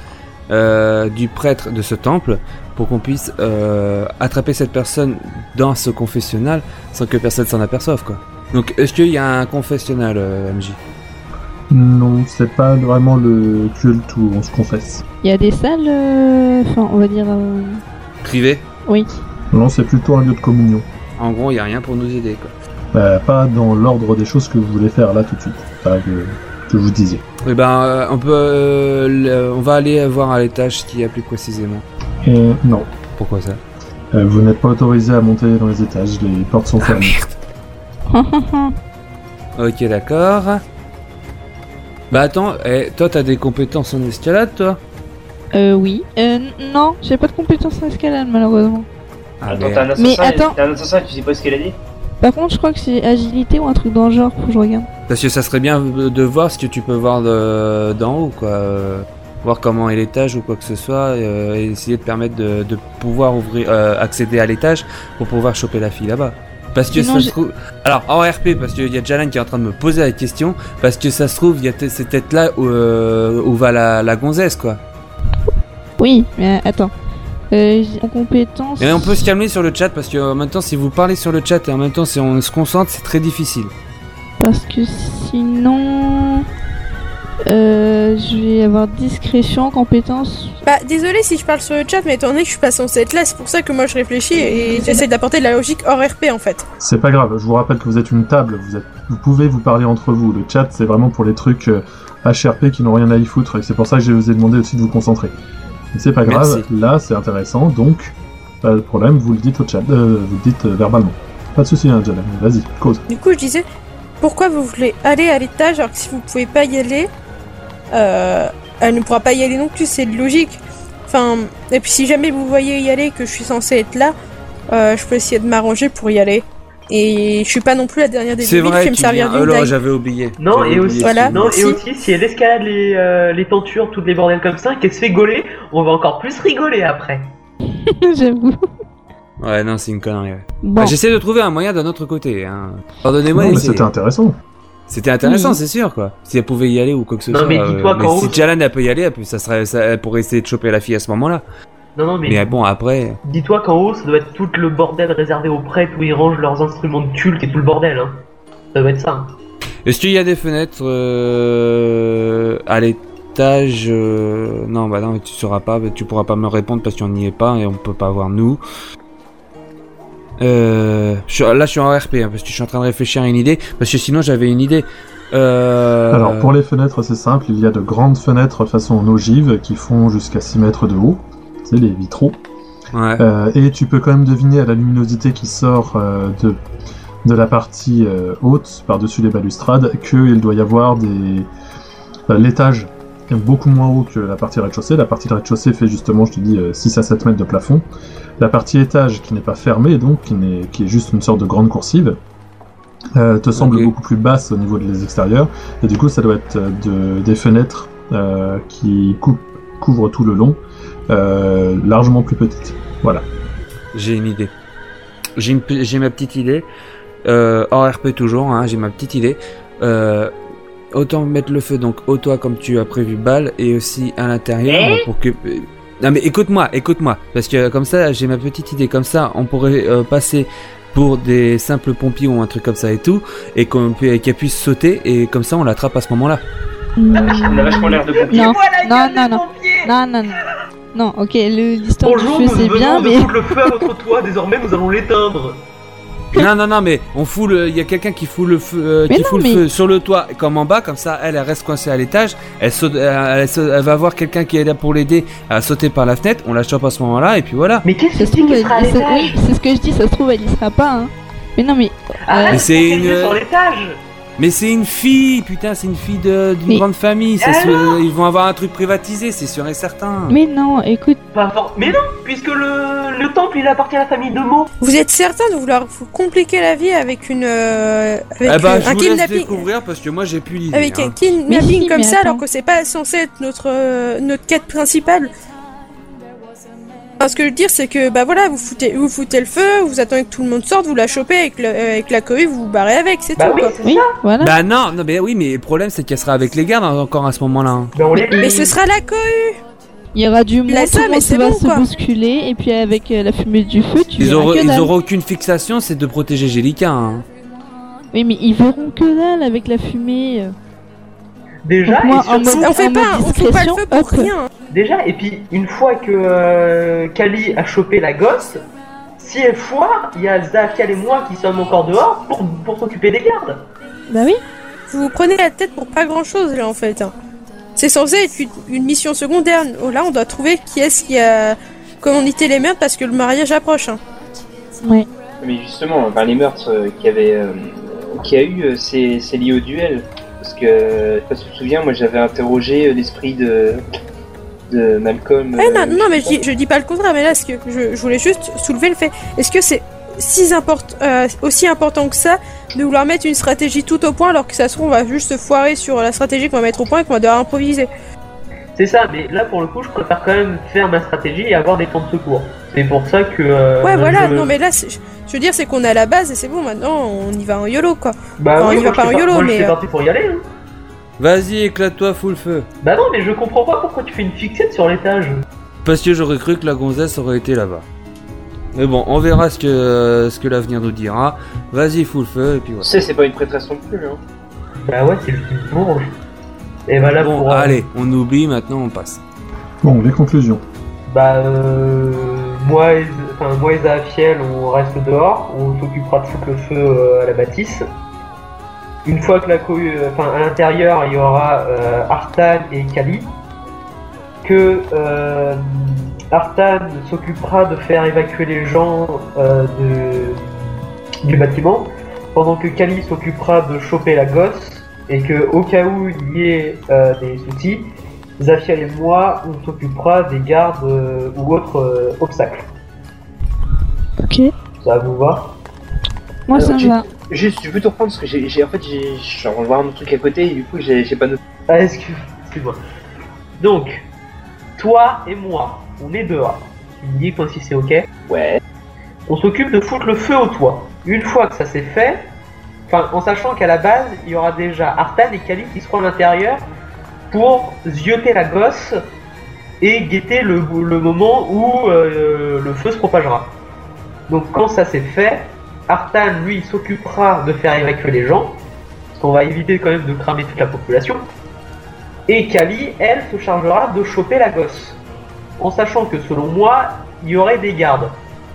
[SPEAKER 3] euh, du prêtre de ce temple pour qu'on puisse euh, attraper cette personne dans ce confessionnal sans que personne s'en aperçoive quoi. Donc est-ce qu'il y a un confessionnal euh, MJ
[SPEAKER 1] Non, c'est pas vraiment le culte où on se confesse.
[SPEAKER 2] Il y a des salles, euh, enfin, on va dire. euh,
[SPEAKER 3] Privé
[SPEAKER 2] Oui.
[SPEAKER 1] Non, c'est plutôt un lieu de communion.
[SPEAKER 3] En gros, il n'y a rien pour nous aider. Quoi.
[SPEAKER 1] euh, pas dans l'ordre des choses que vous voulez faire là tout de suite, enfin, que, que vous disiez.
[SPEAKER 3] Eh ben, euh, on peut, euh, le- on va aller voir à l'étage ce qu'il y a plus précisément.
[SPEAKER 1] Et non,
[SPEAKER 3] Pourquoi ça
[SPEAKER 1] Euh, vous n'êtes pas autorisé à monter dans les étages, les portes sont fermées.
[SPEAKER 3] Ok, d'accord. Bah attends, eh, toi t'as des compétences en escalade, toi
[SPEAKER 2] Euh, oui. Euh, n- non, j'ai pas de compétences en escalade, malheureusement.
[SPEAKER 6] Attends,
[SPEAKER 3] merde.
[SPEAKER 6] t'as un assassin,
[SPEAKER 2] Mais attends.
[SPEAKER 6] t'as un assassin, tu sais pas ce qu'elle a dit
[SPEAKER 2] Par contre, je crois que c'est agilité ou un truc dans le genre, faut que je regarde.
[SPEAKER 3] Parce que ça serait bien de voir ce que tu peux voir de- d'en haut, quoi. euh, Voir comment est l'étage ou quoi que ce soit, et, euh, et essayer de permettre de, de pouvoir ouvrir, euh, accéder à l'étage pour pouvoir choper la fille là-bas. Parce que
[SPEAKER 2] Sinon,
[SPEAKER 3] ça se
[SPEAKER 2] j'ai-
[SPEAKER 3] trouve. Alors, en RP, parce qu'il y a Jalan qui est en train de me poser la question, parce que ça se trouve, il y a t- c'est peut-être là où, euh, où va la, la gonzesse, quoi.
[SPEAKER 2] Oui, mais euh, attends. Euh, j- en compétences.
[SPEAKER 3] Mais on peut se calmer sur le chat, parce que en même temps, si vous parlez sur le chat et en même temps, si on se concentre, c'est très difficile.
[SPEAKER 2] Parce que sinon. Euh, je vais avoir discrétion, compétence.
[SPEAKER 7] Bah, désolé si je parle sur le chat, mais étant donné que je suis pas censée être là, c'est pour ça que moi je réfléchis et j'essaie d'apporter de la logique hors RP en fait.
[SPEAKER 1] C'est pas grave, je vous rappelle que vous êtes une table, vous, êtes- vous pouvez vous parler entre vous. Le chat, c'est vraiment pour les trucs euh, HRP qui n'ont rien à y foutre, et c'est pour ça que je vous ai demandé aussi de vous concentrer. Mais c'est pas grave, là c'est intéressant, donc pas de problème, vous le dites au chat, euh, vous le dites euh, verbalement. Pas de soucis, hein, Jalan, vas-y, cause.
[SPEAKER 7] Du coup, je disais, pourquoi vous voulez aller à l'étage alors que si vous pouvez pas y aller, euh, elle ne pourra pas y aller non plus, c'est logique. Enfin, et puis si jamais vous voyez y aller que je suis censée être là, euh, je peux essayer de m'arranger pour y aller. Et je suis pas non plus la dernière des
[SPEAKER 3] C'est
[SPEAKER 7] débiles qui
[SPEAKER 3] vrai,
[SPEAKER 7] va me
[SPEAKER 3] tu
[SPEAKER 7] servir
[SPEAKER 3] viens-
[SPEAKER 7] d'une
[SPEAKER 3] Oh là,
[SPEAKER 7] dague.
[SPEAKER 3] j'avais oublié.
[SPEAKER 4] Non,
[SPEAKER 3] J'avais
[SPEAKER 4] et
[SPEAKER 3] oublié
[SPEAKER 4] aussi,
[SPEAKER 7] Voilà.
[SPEAKER 3] ce
[SPEAKER 4] non,
[SPEAKER 7] merci.
[SPEAKER 4] et aussi, si elle escalade les, euh, les tentures, toutes les bordels comme ça, qu'elle se fait gauler, on va encore plus rigoler après.
[SPEAKER 2] J'avoue.
[SPEAKER 3] Ouais, non, c'est une connerie. ouais.
[SPEAKER 2] Bon.
[SPEAKER 3] Bah, J'essaie de trouver un moyen d'un autre côté. Hein. Pardonnez-moi.
[SPEAKER 1] Non, mais
[SPEAKER 3] essayez.
[SPEAKER 1] c'était intéressant.
[SPEAKER 3] C'était intéressant,
[SPEAKER 2] Oui.
[SPEAKER 3] c'est sûr, quoi. Si elle pouvait y aller ou quoi que ce
[SPEAKER 4] Non,
[SPEAKER 3] soit.
[SPEAKER 4] mais
[SPEAKER 3] euh,
[SPEAKER 4] dis-toi qu'en
[SPEAKER 3] si
[SPEAKER 4] haut-
[SPEAKER 3] Jalan elle peut y aller, elle, peut- ça serait, ça, elle pourrait essayer de choper la fille à ce moment-là.
[SPEAKER 4] Non, non, mais,
[SPEAKER 3] Mais, bon, après.
[SPEAKER 4] dis-toi qu'en haut, ça doit être tout le bordel réservé aux prêtres où ils rangent leurs instruments de culte et tout le bordel. Hein. Ça doit être ça. hein.
[SPEAKER 3] Est-ce qu'il y a des fenêtres euh, à l'étage euh, Non, bah non, tu sauras pas. bah, Tu pourras pas me répondre parce qu'on n'y est pas et on peut pas voir nous. Euh, je suis- là, je suis en RP hein, parce que je suis en train de réfléchir à une idée. Parce que sinon, j'avais une idée. Euh,
[SPEAKER 1] Alors pour les fenêtres, c'est simple, il y a de grandes fenêtres façon en ogive qui font jusqu'à 6 mètres de haut, c'est les vitraux.
[SPEAKER 3] ouais.
[SPEAKER 1] Euh, et tu peux quand même deviner à la luminosité qui sort euh, de, de la partie euh, haute, par-dessus les balustrades, qu'il doit y avoir des. euh, l'étage est beaucoup moins haut que la partie rez-de-chaussée. La partie rez-de-chaussée fait justement, je te dis, euh, 6 à 7 mètres de plafond. La partie étage qui n'est pas fermée, donc qui, n'est- qui est juste une sorte de grande coursive, euh, te semble
[SPEAKER 3] Ok.
[SPEAKER 1] beaucoup plus basse au niveau des extérieurs. Et du coup, ça doit être euh, de- des fenêtres euh, qui cou- couvrent tout le long, euh, largement plus petites.
[SPEAKER 3] J'ai une idée. J'ai une pe- j'ai ma petite idée. Euh, hors RP toujours, hein, j'ai ma petite idée. Euh, autant mettre le feu donc au toit comme tu as prévu balle et aussi à l'intérieur
[SPEAKER 5] Mais
[SPEAKER 3] pour que. euh, Non mais écoute-moi, écoute-moi, parce que comme ça j'ai ma petite idée. Comme ça on pourrait euh, passer pour des simples pompiers ou un truc comme ça et tout, et qu'on pu- et qu'elle puisse sauter et comme ça on l'attrape à ce moment-là.
[SPEAKER 6] On a vachement l'air de pompier.
[SPEAKER 2] Non,
[SPEAKER 5] Voilà, il y a
[SPEAKER 2] non, non,
[SPEAKER 5] des
[SPEAKER 2] non.
[SPEAKER 5] pompiers.
[SPEAKER 2] non, non, non. Non, ok, le- l'histoire du
[SPEAKER 4] Bonjour,
[SPEAKER 2] feu
[SPEAKER 4] nous
[SPEAKER 2] c'est
[SPEAKER 4] venons
[SPEAKER 2] bien,
[SPEAKER 4] de
[SPEAKER 2] mais.
[SPEAKER 4] foutre le feu à votre toit, désormais nous allons l'éteindre.
[SPEAKER 3] non non non mais on fout le, il y a quelqu'un qui fout le feu, euh,
[SPEAKER 2] Mais
[SPEAKER 3] qui
[SPEAKER 2] non,
[SPEAKER 3] fout
[SPEAKER 2] mais-
[SPEAKER 3] le feu sur le toit comme en bas comme ça elle, elle reste coincée à l'étage, elle, saute- euh, elle, elle saute- elle va voir quelqu'un qui est là pour l'aider à sauter par la fenêtre, on la chope à ce moment-là et puis voilà.
[SPEAKER 4] Mais qu'est-ce
[SPEAKER 2] Ça
[SPEAKER 4] que
[SPEAKER 2] se
[SPEAKER 4] c'est
[SPEAKER 2] trouve,
[SPEAKER 4] qui
[SPEAKER 2] elle-
[SPEAKER 4] sera à
[SPEAKER 2] ça-
[SPEAKER 4] l'étage
[SPEAKER 2] oui, c'est ce que je dis, ça se trouve, elle y sera pas, hein. Mais non, mais.
[SPEAKER 4] Ah, Arrête
[SPEAKER 3] Mais
[SPEAKER 4] de
[SPEAKER 3] c'est
[SPEAKER 4] focaliser
[SPEAKER 3] une-
[SPEAKER 4] sur l'étage
[SPEAKER 3] Mais c'est une fille, putain c'est une fille de- d'une
[SPEAKER 2] Mais-
[SPEAKER 3] grande famille, c'est
[SPEAKER 4] Mais
[SPEAKER 3] sûr- ils vont avoir un truc privatisé c'est sûr et certain.
[SPEAKER 2] Mais non, écoute,
[SPEAKER 4] Pas for- Mais non, puisque le, le temple il appartient à la famille de Meaux.
[SPEAKER 7] Vous êtes certain de vouloir vous compliquer la vie avec une euh, avec
[SPEAKER 3] Eh bah
[SPEAKER 7] une-
[SPEAKER 3] je
[SPEAKER 7] un
[SPEAKER 3] vous laisse
[SPEAKER 7] kidnapping
[SPEAKER 3] découvrir parce que moi j'ai plus l'idée.
[SPEAKER 7] avec un
[SPEAKER 3] hein.
[SPEAKER 7] kidnapping
[SPEAKER 2] Mais si,
[SPEAKER 7] comme
[SPEAKER 2] mais
[SPEAKER 7] ça alors
[SPEAKER 2] attends.
[SPEAKER 7] que c'est pas censé être notre euh, notre quête principale. Enfin, ce que je veux dire c'est que bah voilà vous foutez vous foutez le feu, vous attendez que tout le monde sorte, vous la chopez avec le- euh, avec la cohue, vous vous barrez avec, c'est
[SPEAKER 4] Bah
[SPEAKER 7] tout.
[SPEAKER 4] oui,
[SPEAKER 7] quoi.
[SPEAKER 4] c'est
[SPEAKER 2] oui,
[SPEAKER 4] ça.
[SPEAKER 2] voilà.
[SPEAKER 3] Bah non, non mais oui mais le problème c'est qu'elle sera avec les gardes encore à ce moment-là. hein.
[SPEAKER 4] Ben, on l'éteint.
[SPEAKER 7] Mais ce sera la cohue.
[SPEAKER 2] Il y aura du monde,
[SPEAKER 7] Là,
[SPEAKER 2] tout
[SPEAKER 7] ça,
[SPEAKER 2] le
[SPEAKER 7] mais
[SPEAKER 2] monde
[SPEAKER 7] c'est
[SPEAKER 2] va
[SPEAKER 7] bon,
[SPEAKER 2] se
[SPEAKER 7] quoi.
[SPEAKER 2] bousculer, et puis avec euh, la fumée du feu, tu
[SPEAKER 3] Ils
[SPEAKER 2] verras
[SPEAKER 3] auront,
[SPEAKER 2] que
[SPEAKER 3] ils
[SPEAKER 2] dalle.
[SPEAKER 3] auront aucune fixation, c'est de protéger Jellica. hein.
[SPEAKER 2] Oui, mais ils verront que dalle avec la fumée. euh.
[SPEAKER 4] Déjà,
[SPEAKER 2] Donc moi,
[SPEAKER 4] et surtout-
[SPEAKER 2] en mode-
[SPEAKER 7] On fait
[SPEAKER 2] en
[SPEAKER 7] pas
[SPEAKER 2] mode
[SPEAKER 7] on fout pas le feu
[SPEAKER 2] discrétion,
[SPEAKER 7] pour
[SPEAKER 2] hop.
[SPEAKER 7] rien.
[SPEAKER 4] Déjà, et puis une fois que euh, Kali a chopé la gosse, si elle foire, il y a Zafial et moi qui sommes encore dehors pour, pour s'occuper des gardes.
[SPEAKER 2] Bah oui.
[SPEAKER 7] Vous vous prenez la tête pour pas grand chose là en fait. hein. C'est censé être une, une mission secondaire. Oh, là, on doit trouver qui est-ce qui a commandité les merdes parce que le mariage approche. hein.
[SPEAKER 2] Ouais.
[SPEAKER 6] Mais justement, ben, les meurtres euh, qu'il y avait, euh, qu'il y a eu, euh, c'est, c'est lié au duel. Parce que, euh, je sais pas si tu te souviens, moi j'avais interrogé euh, l'esprit de, de Malcolm.
[SPEAKER 7] Ouais,
[SPEAKER 6] euh,
[SPEAKER 7] Eh, non, non, mais je dis, je dis pas le contraire, mais là, ce que je, je voulais juste soulever le fait. Est-ce que c'est si import- euh, aussi important que ça de vouloir mettre une stratégie tout au point alors que ça se trouve on va juste se foirer sur la stratégie qu'on va mettre au point et qu'on va devoir improviser
[SPEAKER 4] C'est ça, mais là pour le coup, je préfère quand même faire ma stratégie et avoir des temps de secours. C'est pour ça que. euh,
[SPEAKER 7] Ouais, voilà,
[SPEAKER 4] je-
[SPEAKER 7] non, mais là, c'est- je veux dire, c'est qu'on a la base et c'est bon, maintenant on y va en YOLO quoi.
[SPEAKER 4] Bah
[SPEAKER 7] Enfin,
[SPEAKER 4] oui,
[SPEAKER 7] il
[SPEAKER 4] moi,
[SPEAKER 7] va
[SPEAKER 4] je
[SPEAKER 7] pas
[SPEAKER 4] suis
[SPEAKER 7] en YOLO,
[SPEAKER 4] moi, je
[SPEAKER 7] mais,
[SPEAKER 4] suis
[SPEAKER 7] euh,
[SPEAKER 4] parti pour y aller. hein.
[SPEAKER 3] Vas-y, éclate-toi, fous le feu.
[SPEAKER 4] Bah non, mais je comprends pas pourquoi tu fais une fixette sur l'étage.
[SPEAKER 3] Parce que j'aurais cru que la gonzesse aurait été là-bas. Mais bon, on verra ce que, ce que l'avenir nous dira. Vas-y, fous le feu, et puis
[SPEAKER 6] Tu
[SPEAKER 3] voilà.
[SPEAKER 6] sais, c'est pas une prêtresse non plus. Hein.
[SPEAKER 4] Bah ouais, c'est juste une bourge. Et bah là
[SPEAKER 3] bon,
[SPEAKER 4] pour. euh,
[SPEAKER 3] allez, on oublie, maintenant on passe.
[SPEAKER 1] Bon, les conclusions.
[SPEAKER 4] Bah euh, moi, et- enfin moi et Zafiel, on reste dehors, on s'occupera de foutre le feu euh, à la bâtisse. Une fois que la co- euh, enfin à l'intérieur, il y aura euh, Artan et Kali. Que euh, Artan s'occupera de faire évacuer les gens euh, de- du bâtiment, pendant que Kali s'occupera de choper la gosse et que au cas où il y ait euh, des soucis, Zafiel et moi, on s'occupera des gardes euh, ou autres euh, obstacles.
[SPEAKER 2] Ok.
[SPEAKER 4] Ça vous va
[SPEAKER 3] Euh,
[SPEAKER 2] Moi,
[SPEAKER 6] Alors,
[SPEAKER 2] ça me
[SPEAKER 6] tu-
[SPEAKER 2] va.
[SPEAKER 6] Juste, je peux te reprendre parce que j'ai, j'ai- en fait, j'ai, je suis en train de voir un truc à côté et du coup, j'ai, j'ai pas noté.
[SPEAKER 4] Ah, excuse- excuse-moi. Donc, toi et moi, on est dehors. Tu me dis quoi si c'est ok
[SPEAKER 6] Ouais.
[SPEAKER 4] On s'occupe de foutre le feu au toit. Une fois que ça c'est fait, enfin, en sachant qu'à la base, il y aura déjà Artan et Kali qui seront à l'intérieur pour zioter la gosse et guetter le, le moment où euh, le feu se propagera. Donc quand ça c'est fait, Artan lui il s'occupera de faire évacuer les gens, parce qu'on va éviter quand même de cramer toute la population. Et Kali, elle, se chargera de choper la gosse. En sachant que selon moi, il y aurait des gardes.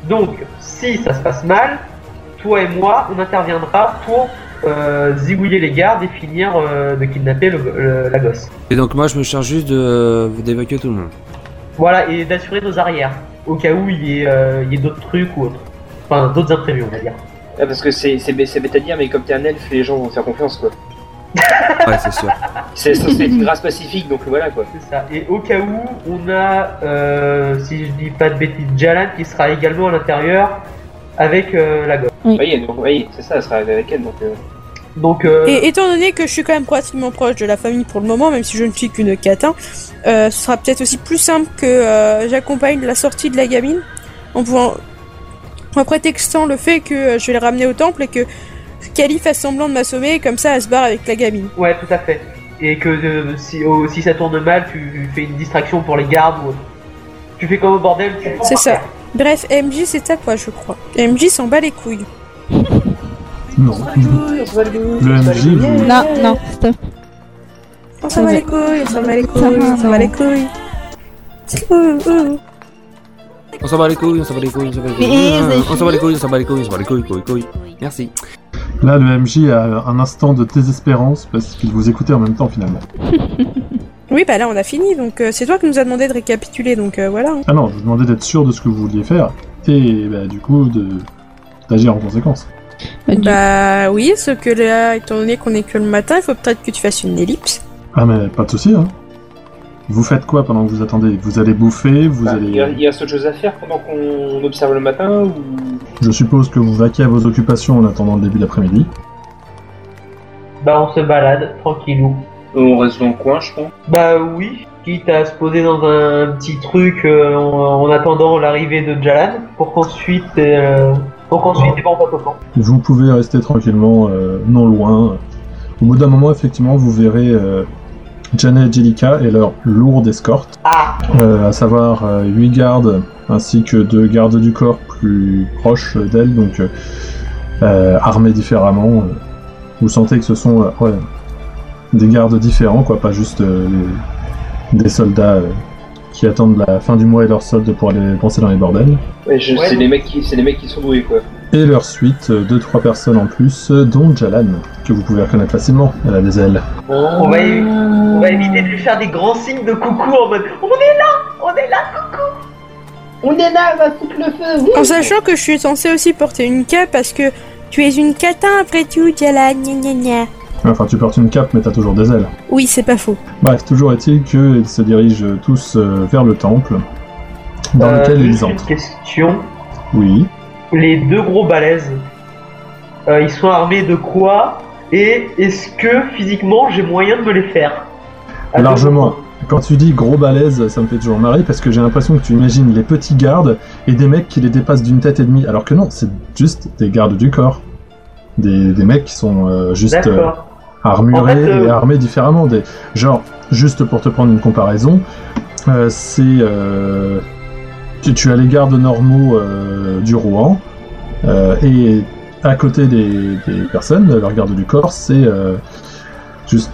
[SPEAKER 4] Donc, si ça se passe mal, toi et moi, on interviendra pour euh, zigouiller les gardes et finir euh, de kidnapper le- le- la gosse.
[SPEAKER 3] Et donc moi, je me charge juste de d'évacuer tout le monde.
[SPEAKER 4] Voilà, et d'assurer nos arrières, au cas où il y ait, euh, il y ait d'autres trucs ou autres. Enfin, d'autres imprévus, on va dire.
[SPEAKER 6] Ah, parce que c'est, c'est, bê- c'est bête à dire, mais comme t'es un elfe, les gens vont te faire confiance quoi.
[SPEAKER 3] Ouais, c'est sûr.
[SPEAKER 6] C'est, ça, c'est une race pacifique donc voilà quoi.
[SPEAKER 4] C'est ça. Et au cas où, on a, euh, si je dis pas de bêtises, Jalan qui sera également à l'intérieur avec euh, la gosse.
[SPEAKER 6] Voyez, donc, voyez, c'est ça, elle sera avec elle donc. euh,
[SPEAKER 4] Donc, euh,
[SPEAKER 7] Et étant donné que je suis quand même relativement proche de la famille pour le moment, même si je ne suis qu'une catin, euh, ce sera peut-être aussi plus simple que euh, j'accompagne la sortie de la gamine en pouvant. en prétextant le fait que euh, je vais la ramener au temple et que Kali fasse semblant de m'assommer, et comme ça elle se barre avec la gamine.
[SPEAKER 4] ouais, tout à fait. Et que euh, si, oh, si ça tourne mal, tu fais une distraction pour les gardes ou autre. Tu fais comme au bordel, tu
[SPEAKER 7] C'est ça. Bref, MJ c'est ça quoi, je crois. MJ s'en bat les couilles.
[SPEAKER 1] Non. Le MJ, vous-
[SPEAKER 2] Non, non, stop.
[SPEAKER 7] On s'en bat les couilles, on s'en bat les couilles,
[SPEAKER 2] va,
[SPEAKER 7] on s'en
[SPEAKER 2] non.
[SPEAKER 7] bat les couilles. Euh, euh.
[SPEAKER 3] On s'en bat les couilles, on s'en bat les couilles, on s'en bat les couilles.
[SPEAKER 8] Mais c'est
[SPEAKER 3] on s'en bat les couilles, on s'en bat les couilles, on s'en bat les couilles, couilles, couilles. Merci.
[SPEAKER 1] là, le MJ a un instant de désespérance parce qu'il vous écoutait en même temps finalement.
[SPEAKER 7] Oui, bah là on a fini, donc euh, c'est toi qui nous as demandé de récapituler, donc euh, voilà. hein.
[SPEAKER 1] Ah non, je vous demandais d'être sûr de ce que vous vouliez faire et bah, du coup de d'agir en conséquence.
[SPEAKER 2] Bah, du-
[SPEAKER 7] Bah oui, sauf que là, étant donné qu'on est que le matin, il faut peut-être que tu fasses une ellipse.
[SPEAKER 1] Ah mais pas de souci. Hein. Vous faites quoi pendant que vous attendez Vous allez bouffer Vous
[SPEAKER 6] bah, il, y a,
[SPEAKER 1] allez
[SPEAKER 6] il reste autre chose à faire pendant qu'on observe le matin ou
[SPEAKER 1] Je suppose que vous vaquez à vos occupations en attendant le début d'après-midi.
[SPEAKER 4] Bah, on se balade, tranquillou.
[SPEAKER 6] on reste dans le coin, je pense.
[SPEAKER 4] Bah oui, quitte à se poser dans un petit truc euh, en, en attendant l'arrivée de Jalan pour qu'ensuite euh, pour qu'ensuite les parents passent au camp.
[SPEAKER 1] Vous pouvez rester tranquillement euh, non loin. Au bout d'un moment, effectivement, vous verrez euh, Janet et Jellica et leur lourde escorte,
[SPEAKER 4] Ah
[SPEAKER 1] euh, à savoir 8 gardes ainsi que deux gardes du corps plus proches d'elle, donc euh, euh, armés différemment. euh. Vous sentez que ce sont euh, ouais, des gardes différents, quoi, pas juste euh, des soldats euh, qui attendent la fin du mois et leur solde pour aller penser dans les bordels.
[SPEAKER 6] Ouais, je-
[SPEAKER 4] Ouais.
[SPEAKER 6] c'est les mecs qui, c'est les mecs qui sont doués quoi.
[SPEAKER 1] Et leur suite, 2-3 personnes en plus, euh, dont Jalan, que vous pouvez reconnaître facilement, elle a des ailes.
[SPEAKER 4] On va, é- on va éviter de lui faire des grands signes de coucou en mode On est là On est là, coucou On est là, va foutre le feu
[SPEAKER 7] En sachant que je suis censée aussi porter une cape parce que tu es une catin après tout, Jala, gna gna gna.
[SPEAKER 1] Enfin, tu portes une cape, mais t'as toujours des ailes.
[SPEAKER 7] Oui, c'est pas faux.
[SPEAKER 1] Bref, toujours est-il qu'ils se dirigent tous euh, vers le temple, dans
[SPEAKER 4] Euh,
[SPEAKER 1] lequel
[SPEAKER 4] juste
[SPEAKER 1] ils
[SPEAKER 4] une
[SPEAKER 1] entrent.
[SPEAKER 4] question.
[SPEAKER 1] Oui.
[SPEAKER 4] Les deux gros balaises, euh, ils sont armés de quoi Et est-ce que physiquement j'ai moyen de me les faire Ah, À
[SPEAKER 1] Largement.
[SPEAKER 4] deux-
[SPEAKER 1] Quand tu dis gros balèze, ça me fait toujours marrer parce que j'ai l'impression que tu imagines les petits gardes et des mecs qui les dépassent d'une tête et demie, alors que non, c'est juste des gardes du corps. Des, des mecs qui sont euh, juste euh,
[SPEAKER 4] D'accord.
[SPEAKER 1] armurés
[SPEAKER 4] En fait, euh,
[SPEAKER 1] et armés différemment. Des, genre, juste pour te prendre une comparaison, euh, c'est. euh, tu, tu as les gardes normaux euh, du Rouen euh, et à côté des, des personnes, leurs gardes du corps, c'est. euh, juste.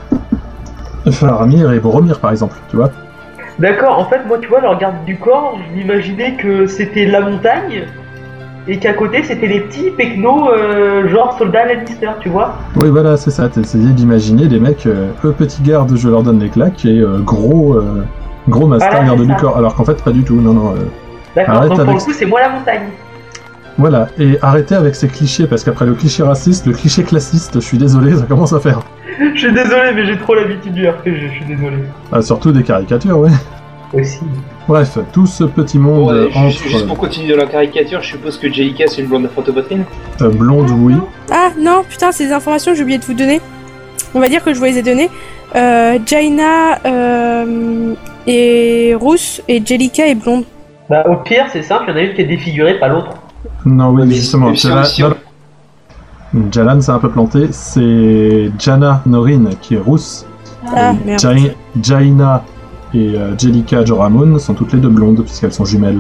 [SPEAKER 1] Faramir et Boromir par exemple, tu vois.
[SPEAKER 4] D'accord, en fait, moi, tu vois, le garde du corps, je m'imaginais que c'était la montagne et qu'à côté c'était les petits pecnos, euh, genre soldats Lannister, tu vois
[SPEAKER 1] Oui, voilà, c'est ça. T'essayais d'imaginer des mecs, euh, eux, petits gardes, je leur donne les claques, et euh, gros, euh, gros master
[SPEAKER 4] Voilà,
[SPEAKER 1] garde
[SPEAKER 4] c'est
[SPEAKER 1] du
[SPEAKER 4] ça.
[SPEAKER 1] corps. Alors qu'en fait, pas du tout. Non, non. euh,
[SPEAKER 4] D'accord,
[SPEAKER 1] Arrête
[SPEAKER 4] donc pour
[SPEAKER 1] avec
[SPEAKER 4] le coup, c'est moi la montagne.
[SPEAKER 1] Voilà. Et arrêtez avec ces clichés, parce qu'après le cliché raciste, le cliché classiste, je suis désolé, ça commence à faire.
[SPEAKER 4] Je suis désolé, mais j'ai trop l'habitude du RPG, je suis désolé.
[SPEAKER 1] Ah, surtout des caricatures, oui.
[SPEAKER 4] Aussi.
[SPEAKER 1] Bref, tout ce petit monde
[SPEAKER 6] Ouais,
[SPEAKER 1] euh,
[SPEAKER 6] ju-
[SPEAKER 1] entre
[SPEAKER 6] juste pour continuer dans la caricature, je suppose que Jellica c'est une blonde à photopotrine.
[SPEAKER 1] euh, blonde, oui.
[SPEAKER 7] Ah non, putain, ces informations, j'ai oublié de vous donner. On va dire que je vous les ai données. Euh, Jaina euh, est rousse et Jellica est blonde.
[SPEAKER 4] Bah, au pire, c'est simple, il y en a une qui est défigurée, pas l'autre.
[SPEAKER 1] Non, oui,
[SPEAKER 6] Mais
[SPEAKER 1] justement.
[SPEAKER 6] si- si-
[SPEAKER 1] Jala-
[SPEAKER 6] si-
[SPEAKER 1] Jala- Jalan s'est un peu planté. C'est Jana Norin qui est rousse.
[SPEAKER 7] Ah merde.
[SPEAKER 1] Jai- Jaina et euh, Jellica Joramun sont toutes les deux blondes puisqu'elles sont jumelles.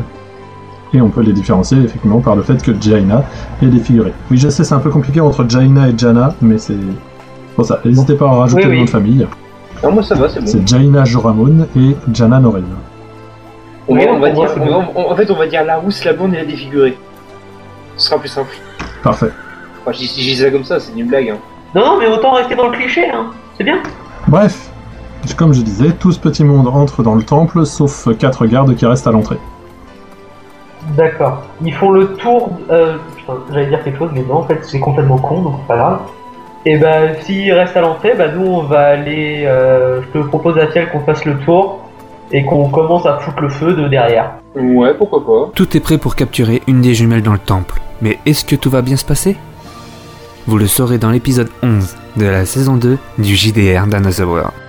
[SPEAKER 1] Et on peut les différencier effectivement par le fait que Jaina est défigurée. Oui, je sais, c'est un peu compliqué entre Jaina et Jana, mais c'est pour ça. N'hésitez pas à rajouter
[SPEAKER 4] Oui,
[SPEAKER 1] le
[SPEAKER 4] oui.
[SPEAKER 1] nom de famille.
[SPEAKER 6] Non, moi ça va, c'est bon.
[SPEAKER 1] C'est Jaina Joramun et Jana Norin.
[SPEAKER 6] On va,
[SPEAKER 4] Oui,
[SPEAKER 6] on va
[SPEAKER 4] on voit,
[SPEAKER 6] dire,
[SPEAKER 4] c'est bon.
[SPEAKER 6] on- on- en fait, on va dire la rousse, la blonde et la défigurée. Ce sera plus simple.
[SPEAKER 1] Parfait.
[SPEAKER 6] Enfin, je, dis- je dis ça comme ça, c'est une blague. Hein.
[SPEAKER 4] Non, non, mais autant rester dans le cliché, hein. C'est bien.
[SPEAKER 1] Bref, comme je disais, tout ce petit monde entre dans le temple sauf quatre gardes qui restent à l'entrée.
[SPEAKER 4] D'accord. Ils font le tour. euh, putain, j'allais dire quelque chose, mais non, en fait, c'est complètement con, donc c'est pas grave. Et bah, s'ils restent à l'entrée, bah, nous, on va aller. euh, je te propose, Atiel, qu'on fasse le tour et qu'on commence à foutre le feu de derrière.
[SPEAKER 6] Ouais, pourquoi pas.
[SPEAKER 3] Tout est prêt pour capturer une des jumelles dans le temple. Mais est-ce que tout va bien se passer Vous le saurez dans l'épisode 11 de la saison 2 du JDR Dinosaur World.